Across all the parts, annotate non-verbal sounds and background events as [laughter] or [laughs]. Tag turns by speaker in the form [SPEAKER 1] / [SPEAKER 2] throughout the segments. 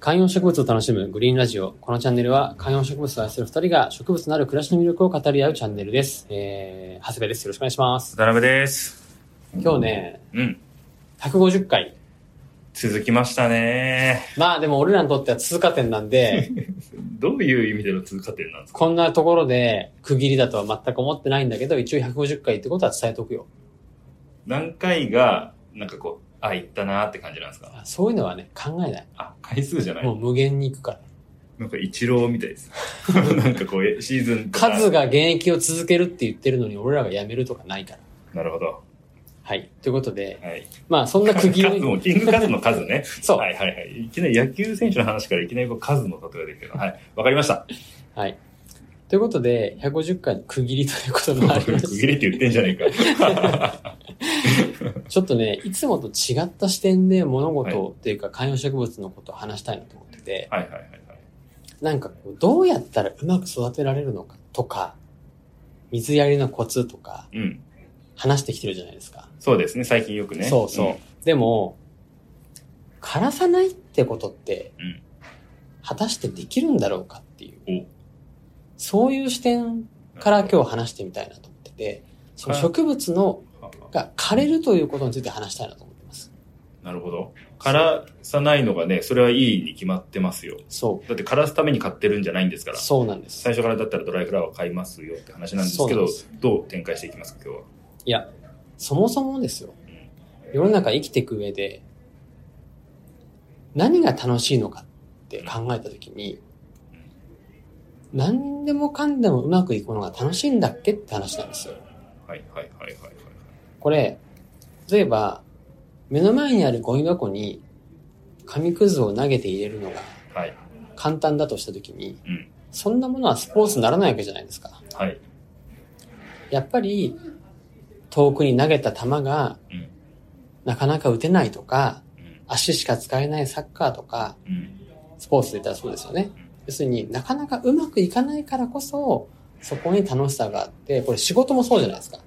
[SPEAKER 1] 観葉植物を楽しむグリーンラジオ。このチャンネルは観葉植物を愛する二人が植物のある暮らしの魅力を語り合うチャンネルです。えー、長谷部です。よろしくお願いします。
[SPEAKER 2] 渡辺です。
[SPEAKER 1] 今日ね、
[SPEAKER 2] うん。
[SPEAKER 1] 150回。
[SPEAKER 2] 続きましたね。
[SPEAKER 1] まあでも俺らにとっては通過点なん
[SPEAKER 2] [laughs]
[SPEAKER 1] で、
[SPEAKER 2] どういう意味での通過点なんですか
[SPEAKER 1] こんなところで区切りだとは全く思ってないんだけど、一応150回ってことは伝えとくよ。
[SPEAKER 2] 何回が、なんかこう、あ、行ったなーって感じなんですか
[SPEAKER 1] あそういうのはね、考えない。
[SPEAKER 2] あ、回数じゃない
[SPEAKER 1] もう無限に行くから。
[SPEAKER 2] なんか一郎みた
[SPEAKER 1] [laughs]
[SPEAKER 2] いです。なんかこう、えシーズンとか
[SPEAKER 1] 数。が現役を続けるって言ってるのに俺らが辞めるとかないから。
[SPEAKER 2] なるほど。
[SPEAKER 1] はい。ということで、
[SPEAKER 2] はい。
[SPEAKER 1] まあそんな区切
[SPEAKER 2] 数
[SPEAKER 1] り。
[SPEAKER 2] も、キング数の数ね。
[SPEAKER 1] そう。
[SPEAKER 2] はいはいはい。いきなり野球選手の話からいきなりこう数の例ができるの。はい。わかりました。
[SPEAKER 1] はい。ということで、150回の区切りということになりま
[SPEAKER 2] [laughs] 区
[SPEAKER 1] す
[SPEAKER 2] 切りって言ってんじゃねえか。
[SPEAKER 1] ちょっとね、いつもと違った視点で物事をっていうか観葉植物のことを話したいなと思ってて、
[SPEAKER 2] はいはいはいはい。
[SPEAKER 1] なんかこうどうやったらうまく育てられるのかとか、水やりのコツとか
[SPEAKER 2] うん。
[SPEAKER 1] 話してきてるじゃないですか。
[SPEAKER 2] そうですね。最近よくね。
[SPEAKER 1] そうそう。
[SPEAKER 2] ん
[SPEAKER 1] でも、枯らさないってことって、
[SPEAKER 2] うん
[SPEAKER 1] 果たしてできるんだろうかっていう
[SPEAKER 2] お、
[SPEAKER 1] そういう視点から今日話してみたいなと思ってて、その植物のが枯れるということについて話したいなと思ってます。
[SPEAKER 2] なるほど。枯らさないのがね、それはいいに決まってますよ。
[SPEAKER 1] そ
[SPEAKER 2] だって枯らすために買ってるんじゃないんですか
[SPEAKER 1] う。
[SPEAKER 2] ら。
[SPEAKER 1] そうなんです。
[SPEAKER 2] 最初からだったらドライフラワー買いますよって話なんです
[SPEAKER 1] そう
[SPEAKER 2] け
[SPEAKER 1] な
[SPEAKER 2] ど、
[SPEAKER 1] んです
[SPEAKER 2] どう展開していきますか、今日は。
[SPEAKER 1] いや、そもそもですよ。世の中生きていく上で、何が楽しいのかって考えたときに、何でもかんでもうまくいくのが楽しいんだっけって話なんですよ。
[SPEAKER 2] はいはいはいはいはい。
[SPEAKER 1] これ、例えば、目の前にあるゴミ箱に紙くずを投げて入れるのが
[SPEAKER 2] はい。
[SPEAKER 1] 簡単だとしたときに、
[SPEAKER 2] うん。
[SPEAKER 1] そんなものはスポーツにならないわけじゃないですか。
[SPEAKER 2] はい。
[SPEAKER 1] やっぱり、遠くに投げた球が
[SPEAKER 2] うん。
[SPEAKER 1] なかなか打てないとか、
[SPEAKER 2] うん。
[SPEAKER 1] 足しか使えないサッカーとか、
[SPEAKER 2] うん。
[SPEAKER 1] スポーツで言ったらそうですよね。要するになかなかうまくいかないからこそ、そこに楽しさがあって、これ仕事もそうじゃないですか。
[SPEAKER 2] うん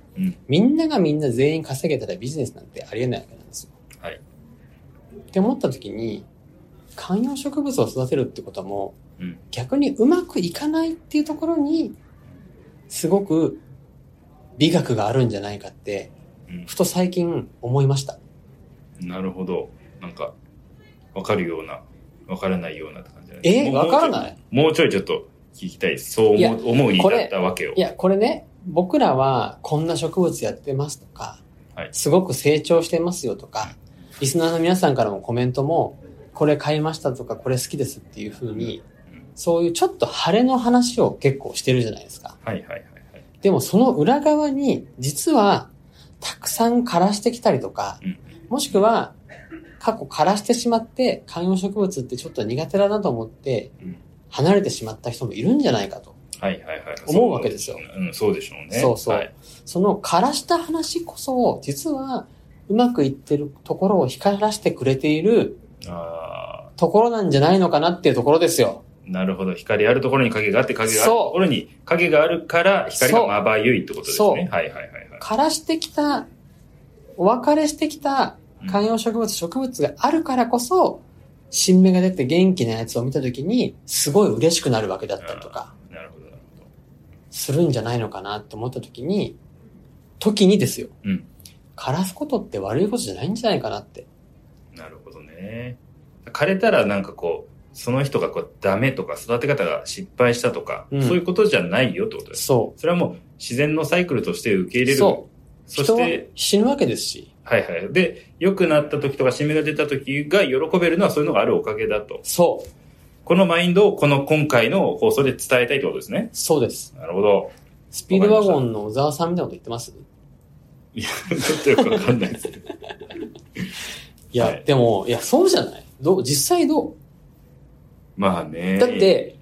[SPEAKER 1] みんながみんな全員稼げたらビジネスなんてありえないわけなんですよ。
[SPEAKER 2] はい。
[SPEAKER 1] って思った時に、観葉植物を育てるってことも、
[SPEAKER 2] うん。
[SPEAKER 1] 逆にうまくいかないっていうところに、すごく美学があるんじゃないかって、ふと最近思いました。
[SPEAKER 2] うん。なるほど。なんか、わかるような、わからないようなって感じじゃないです
[SPEAKER 1] え
[SPEAKER 2] もう
[SPEAKER 1] わからない
[SPEAKER 2] もうちょいもうちょいちょっと聞きたいです。そう
[SPEAKER 1] いや
[SPEAKER 2] 思う思うに
[SPEAKER 1] これ
[SPEAKER 2] 至ったわけを
[SPEAKER 1] い。や、これね、僕らはこんな植物やってますとか、
[SPEAKER 2] はい
[SPEAKER 1] すごく成長してますよとか、リスナーの皆さんからもコメントも、これ買いましたとか、これ好きですっていう風に、
[SPEAKER 2] うん
[SPEAKER 1] そういうちょっと晴れの話を結構してるじゃないですか。
[SPEAKER 2] はいはいはいはい。
[SPEAKER 1] でもその裏側に、実は、たくさん枯らしてきたりとか、
[SPEAKER 2] うん
[SPEAKER 1] もしくは、過去枯らしてしまって、観葉植物ってちょっと苦手だなと思って
[SPEAKER 2] うん、
[SPEAKER 1] 離れてしまった人もいるんじゃないかと。
[SPEAKER 2] はいはいはい。
[SPEAKER 1] 思うわけですよ
[SPEAKER 2] うん、そうでしょうね。
[SPEAKER 1] そうそう
[SPEAKER 2] はい
[SPEAKER 1] その枯らした話こそ、実はうまくいってるところを光らせてくれている
[SPEAKER 2] あ
[SPEAKER 1] ところなんじゃないのかなっていうところですよ。
[SPEAKER 2] ーなるほど。光あるところに影があって、影がある
[SPEAKER 1] そう
[SPEAKER 2] ところに影があるから、光が
[SPEAKER 1] そう
[SPEAKER 2] まばゆいってことです
[SPEAKER 1] そう
[SPEAKER 2] ね。はいはいはいはい。
[SPEAKER 1] 枯らしてきた、お別れしてきた
[SPEAKER 2] うん
[SPEAKER 1] 観葉植物、植物があるからこそ、新芽が出て元気なやつを見た時に、すごい嬉しくなるわけだったりとか、
[SPEAKER 2] なるほど、なるほ
[SPEAKER 1] するんじゃないのかなって思った時に、時にですよ。
[SPEAKER 2] うん
[SPEAKER 1] 枯らすことって悪いことじゃないんじゃないかなって。
[SPEAKER 2] ど。なるほどね。枯れたらなんかこう、その人がこう、ダメとか、育て方が失敗したとか、
[SPEAKER 1] うん
[SPEAKER 2] そういうことじゃないよってことです。
[SPEAKER 1] そ
[SPEAKER 2] それはもう、自然のサイクルとして受け入
[SPEAKER 1] う。
[SPEAKER 2] れる。
[SPEAKER 1] そう。
[SPEAKER 2] そ
[SPEAKER 1] 人
[SPEAKER 2] し
[SPEAKER 1] は
[SPEAKER 2] て、
[SPEAKER 1] 死ぬわけですし。
[SPEAKER 2] はいはい。で、良くなった時とか、締めが出た時が喜べるのはそういうのがあるおかげだと。
[SPEAKER 1] そう。
[SPEAKER 2] このマインドをこの今回の放送で伝えたいってことですね。
[SPEAKER 1] そうです。
[SPEAKER 2] なるほど。 [laughs]
[SPEAKER 1] スピードワゴンの小沢さんみたいなこと言ってます
[SPEAKER 2] ちょっとよくわかんないですけど。
[SPEAKER 1] いや、
[SPEAKER 2] はい
[SPEAKER 1] でも、いや、そうじゃないどう、実際ど
[SPEAKER 2] まあね。
[SPEAKER 1] うだっ、て、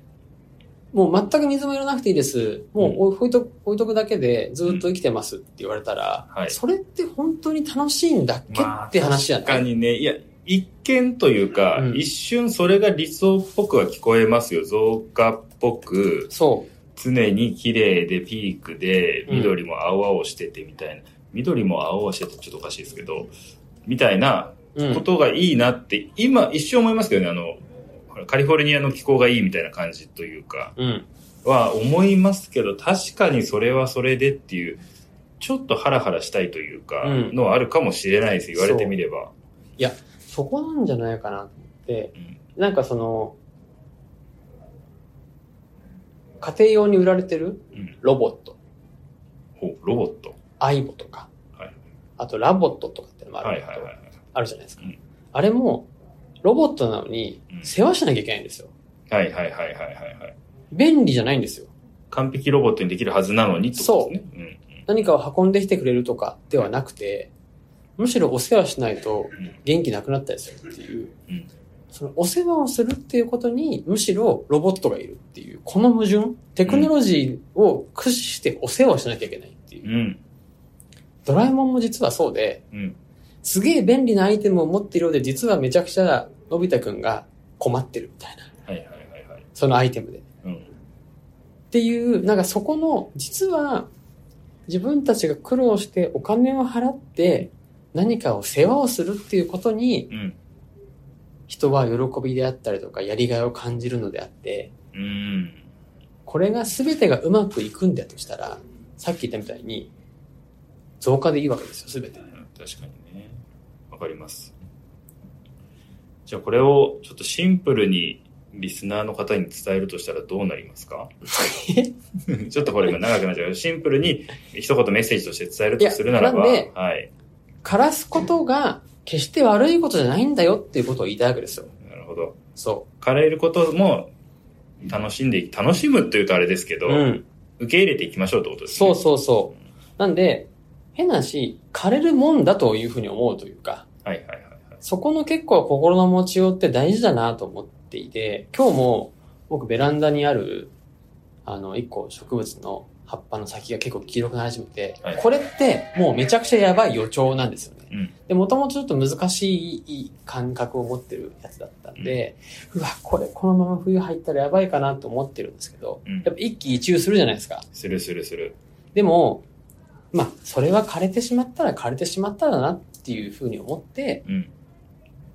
[SPEAKER 1] もう全く水もいらなくていいです。もう置いとく、置いとくだけでずっと生きてますって言われたら、
[SPEAKER 2] はい
[SPEAKER 1] それって本当に楽しいんだっけ、
[SPEAKER 2] まあ
[SPEAKER 1] って話じゃな
[SPEAKER 2] 確か
[SPEAKER 1] い
[SPEAKER 2] にね、いや、一見というか、
[SPEAKER 1] うん
[SPEAKER 2] 一瞬それが理想っぽくは聞こえますよ。増加っぽく、
[SPEAKER 1] そ
[SPEAKER 2] 常に綺麗でピークで、緑も青々しててみたいな。緑も青々しててちょっとおかしいですけど、みたいな
[SPEAKER 1] う。う
[SPEAKER 2] こ
[SPEAKER 1] ん。
[SPEAKER 2] とがいいなって、今一瞬思いますけどね、あの、これカリフォルニアの気候がいいみたいな感じというか、
[SPEAKER 1] うん。
[SPEAKER 2] は思いますけど、確かにそれはそれでっていう、ちょっとハラハラしたいというか、
[SPEAKER 1] うん
[SPEAKER 2] のはあるかもしれないです、言われてみれば。
[SPEAKER 1] そこなんじゃないかなって
[SPEAKER 2] うん、
[SPEAKER 1] なんかその、家庭用に売られてる
[SPEAKER 2] うん。
[SPEAKER 1] ロボット、
[SPEAKER 2] ほうロボット。
[SPEAKER 1] アイボとか、
[SPEAKER 2] はい
[SPEAKER 1] あとラボットとかってのもあ
[SPEAKER 2] はい
[SPEAKER 1] る,、
[SPEAKER 2] はいはい。
[SPEAKER 1] あるじゃないですか。
[SPEAKER 2] うん
[SPEAKER 1] あれも、ロボットなのに
[SPEAKER 2] う、ん
[SPEAKER 1] 世話しなきゃいけないんですよ。
[SPEAKER 2] はいはいはいはいはいはい。
[SPEAKER 1] 便利じゃないんですよ。
[SPEAKER 2] 完璧ロボットにできるはずなのにってことですね。うん
[SPEAKER 1] 何かを運んできてくれるとかではなくて、むしろお世話しないと
[SPEAKER 2] うんうん
[SPEAKER 1] 元気なくなったりするっていう
[SPEAKER 2] うん、
[SPEAKER 1] そのお世話をするっていうことに、むしろロボットがいるっていう、この矛盾、テクノロジーを駆使してお世話をしなきゃいけないっていう。
[SPEAKER 2] うん。
[SPEAKER 1] ドラえもんも実はそうで、
[SPEAKER 2] うん。
[SPEAKER 1] すげえ便利なアイテムを持っているようで、実はめちゃくちゃのび太くんが困ってるみたいな、
[SPEAKER 2] はいはいはいはい。
[SPEAKER 1] そのアイテムで。
[SPEAKER 2] うん。
[SPEAKER 1] っていう、なんかそこの、実は、自分たちが苦労してお金を払って何かを世話をするっていうことに
[SPEAKER 2] うん。
[SPEAKER 1] 人は喜びであったりとかやりがいを感じるのであって、
[SPEAKER 2] うん。
[SPEAKER 1] これが全てがうまくいくんだとしたら、さっき言ったみたいに増加でいいわけですよ、全て。
[SPEAKER 2] 確かにね。わかります。じゃあこれをちょっとシンプルにリスナーの方に伝えるとしたらどうなりま
[SPEAKER 1] [laughs]
[SPEAKER 2] すかちょっとこれが長くなっちゃうけど、シンプルに一言メッセージとして伝えるとするならば、
[SPEAKER 1] いやなんで
[SPEAKER 2] はい。
[SPEAKER 1] 枯らすことが決して悪いことじゃないんだよっていうことを言いたいわけですよ。
[SPEAKER 2] なるほど。
[SPEAKER 1] そ
[SPEAKER 2] 枯れることも楽しんでい楽しむっていうとあれですけ
[SPEAKER 1] う。
[SPEAKER 2] ど、
[SPEAKER 1] うん。
[SPEAKER 2] 受け入れていきましょうってことです
[SPEAKER 1] そ
[SPEAKER 2] ね。
[SPEAKER 1] うそうそう。なんで、変な話、枯れるもんだというふうに思うというか、
[SPEAKER 2] はいはいはいはい。
[SPEAKER 1] そこの結構心の持ちようって大事だなと思っていて、今日も僕ベランダにある、あの、一個植物の葉っぱの先が結構黄色くなり始めて、
[SPEAKER 2] はい
[SPEAKER 1] これってもうめちゃくちゃやばい予兆なんですよね。
[SPEAKER 2] うん
[SPEAKER 1] で、もともとちょっと難しい感覚を持ってるやつだったんで、うわ、これこのまま冬入ったらやばいかなと思ってるんですけど、
[SPEAKER 2] うん
[SPEAKER 1] やっぱ一喜一憂するじゃないですか。
[SPEAKER 2] するするする。
[SPEAKER 1] でも、まあ、それは枯れてしまったら枯れてしまったらなっていうふうに思って、
[SPEAKER 2] うん。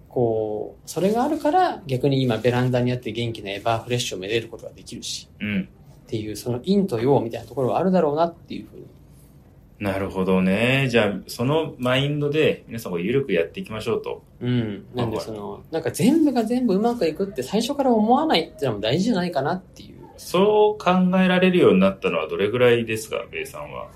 [SPEAKER 1] こう、それがあるから逆に今ベランダにあって元気なエバーフレッシュをめでることができるし、
[SPEAKER 2] うん。
[SPEAKER 1] っていうその陰と陽みたいなところはあるだろうなっていうふうに。
[SPEAKER 2] なるほどね。じゃあ、そのマインドで皆さんこう緩くやっていきましょうと。
[SPEAKER 1] うん。なんで
[SPEAKER 2] はい
[SPEAKER 1] その、なんか全部が全部うまくいくって最初から思わないってのも大事じゃないかなっていう。
[SPEAKER 2] そう考えられるようになったのはどれぐらいですか、ベイさんは。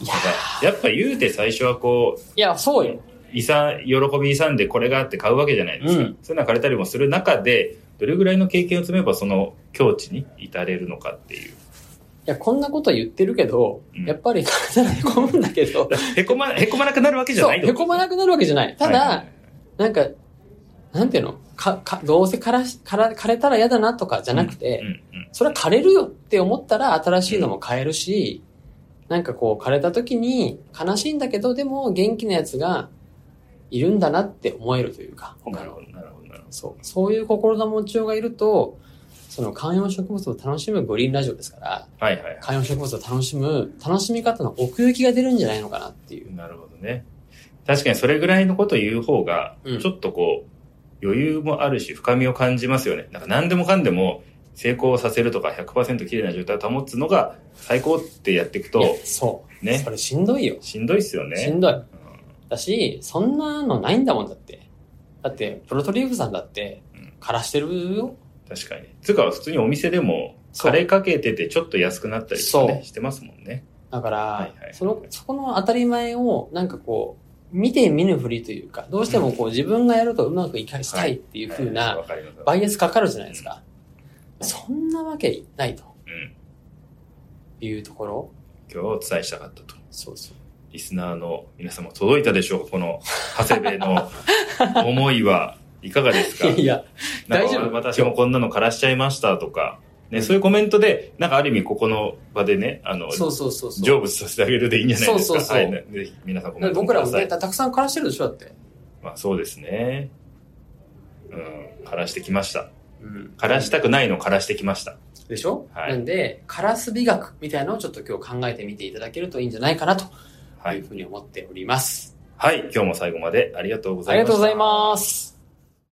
[SPEAKER 1] いや
[SPEAKER 2] だからやっぱ言うて最初はこう、
[SPEAKER 1] いや、そうよ。
[SPEAKER 2] 遺産、喜び遺産でこれがあって買うわけじゃないですか。
[SPEAKER 1] うん
[SPEAKER 2] そういうのは枯れたりもする中で、どれぐらいの経験を積めばその境地に至れるのかっていう。
[SPEAKER 1] いや、こんなこと言ってるけど、
[SPEAKER 2] うん
[SPEAKER 1] やっぱり枯れたらへこむんだけど、
[SPEAKER 2] へこま、へこまなくなるわけじゃ
[SPEAKER 1] そう、
[SPEAKER 2] ない
[SPEAKER 1] へこまなくなるわけじゃない。ただ、
[SPEAKER 2] はいはい
[SPEAKER 1] なんか、なんていうのか、か、どうせ枯らし、枯ら、枯れたら嫌だなとかじゃなくて、
[SPEAKER 2] うんうん
[SPEAKER 1] それは枯れるよって思ったら新しいのも買えるし、なんかこう枯れた時に悲しいんだけど、でも元気なやつがいるんだなって思えるというか、
[SPEAKER 2] な
[SPEAKER 1] 他
[SPEAKER 2] る
[SPEAKER 1] の
[SPEAKER 2] ほ。ど、なるほど、なるほど。
[SPEAKER 1] そう、そういう心の持ちようがいると、その観葉植物を楽しむグリーンラジオですから、
[SPEAKER 2] はいはいはい。
[SPEAKER 1] 観葉植物を楽しむ、楽しみ方の奥行きが出るんじゃないのかなっていう。
[SPEAKER 2] なるほどね。確かにそれぐらいのことを言う方が、
[SPEAKER 1] うん
[SPEAKER 2] ちょっとこう、余裕もあるし、深みを感じますよね。なんか何でもかんでも、成功させるとか100%綺麗な状態を保つのが最高ってやっていく
[SPEAKER 1] いや
[SPEAKER 2] と、
[SPEAKER 1] そう。
[SPEAKER 2] ね
[SPEAKER 1] それしんどいよ。
[SPEAKER 2] しんどいっすよね。
[SPEAKER 1] しんどい。だし、そんなのないんだもんだって。だって、プロトリーフさんだって
[SPEAKER 2] うん、
[SPEAKER 1] 枯らしてるよ。
[SPEAKER 2] 確かに。つうか、普通にお店でも、
[SPEAKER 1] そう
[SPEAKER 2] カレーかけててちょっと安くなったりとか
[SPEAKER 1] そ
[SPEAKER 2] ね
[SPEAKER 1] う、
[SPEAKER 2] してますもんね。
[SPEAKER 1] だから、
[SPEAKER 2] いはい
[SPEAKER 1] その、そこの当たり前を、なんかこう、見て見ぬふりというか、どうしてもこう自分がやるとうまくいかしたいっていう風
[SPEAKER 2] はい
[SPEAKER 1] な
[SPEAKER 2] わかります
[SPEAKER 1] バイアスかかるじゃないですか。そんなわけないと
[SPEAKER 2] うん。
[SPEAKER 1] いうところ。
[SPEAKER 2] 今日お伝えしたかったと。
[SPEAKER 1] そうそう。
[SPEAKER 2] リスナーの皆様届いたでしょうかこの、長谷部の思いはいかがですか
[SPEAKER 1] [laughs] いや、
[SPEAKER 2] なん
[SPEAKER 1] 大丈
[SPEAKER 2] か
[SPEAKER 1] 夫
[SPEAKER 2] 私もこんなの枯らしちゃいましたとか、
[SPEAKER 1] う
[SPEAKER 2] ね、
[SPEAKER 1] ん
[SPEAKER 2] そういうコメントで、なんかある意味ここの場でね、あの、
[SPEAKER 1] そうそうそうそ
[SPEAKER 2] 成
[SPEAKER 1] う。
[SPEAKER 2] 仏させてあげるでいいんじゃないです
[SPEAKER 1] そ
[SPEAKER 2] か。
[SPEAKER 1] うそうそう
[SPEAKER 2] はい、ねぜひ皆さんコメント
[SPEAKER 1] 僕
[SPEAKER 2] く
[SPEAKER 1] ら
[SPEAKER 2] だ
[SPEAKER 1] も
[SPEAKER 2] さ
[SPEAKER 1] ね、
[SPEAKER 2] い。
[SPEAKER 1] たたくさん枯らしてるでしょ、だって。
[SPEAKER 2] まあそうですね。うん、枯らしてきました。
[SPEAKER 1] うん
[SPEAKER 2] 枯らしたくないのを枯らしてきました。
[SPEAKER 1] でしょ、
[SPEAKER 2] はい
[SPEAKER 1] なんで、カラス美学みたいなのをちょっと今日考えてみていただけるといいんじゃないかなと。
[SPEAKER 2] はいいう
[SPEAKER 1] ふうに思っております。
[SPEAKER 2] はい、今日も最後までありがとうござ
[SPEAKER 1] あ
[SPEAKER 2] い
[SPEAKER 1] り
[SPEAKER 2] ました。
[SPEAKER 1] がとうございます。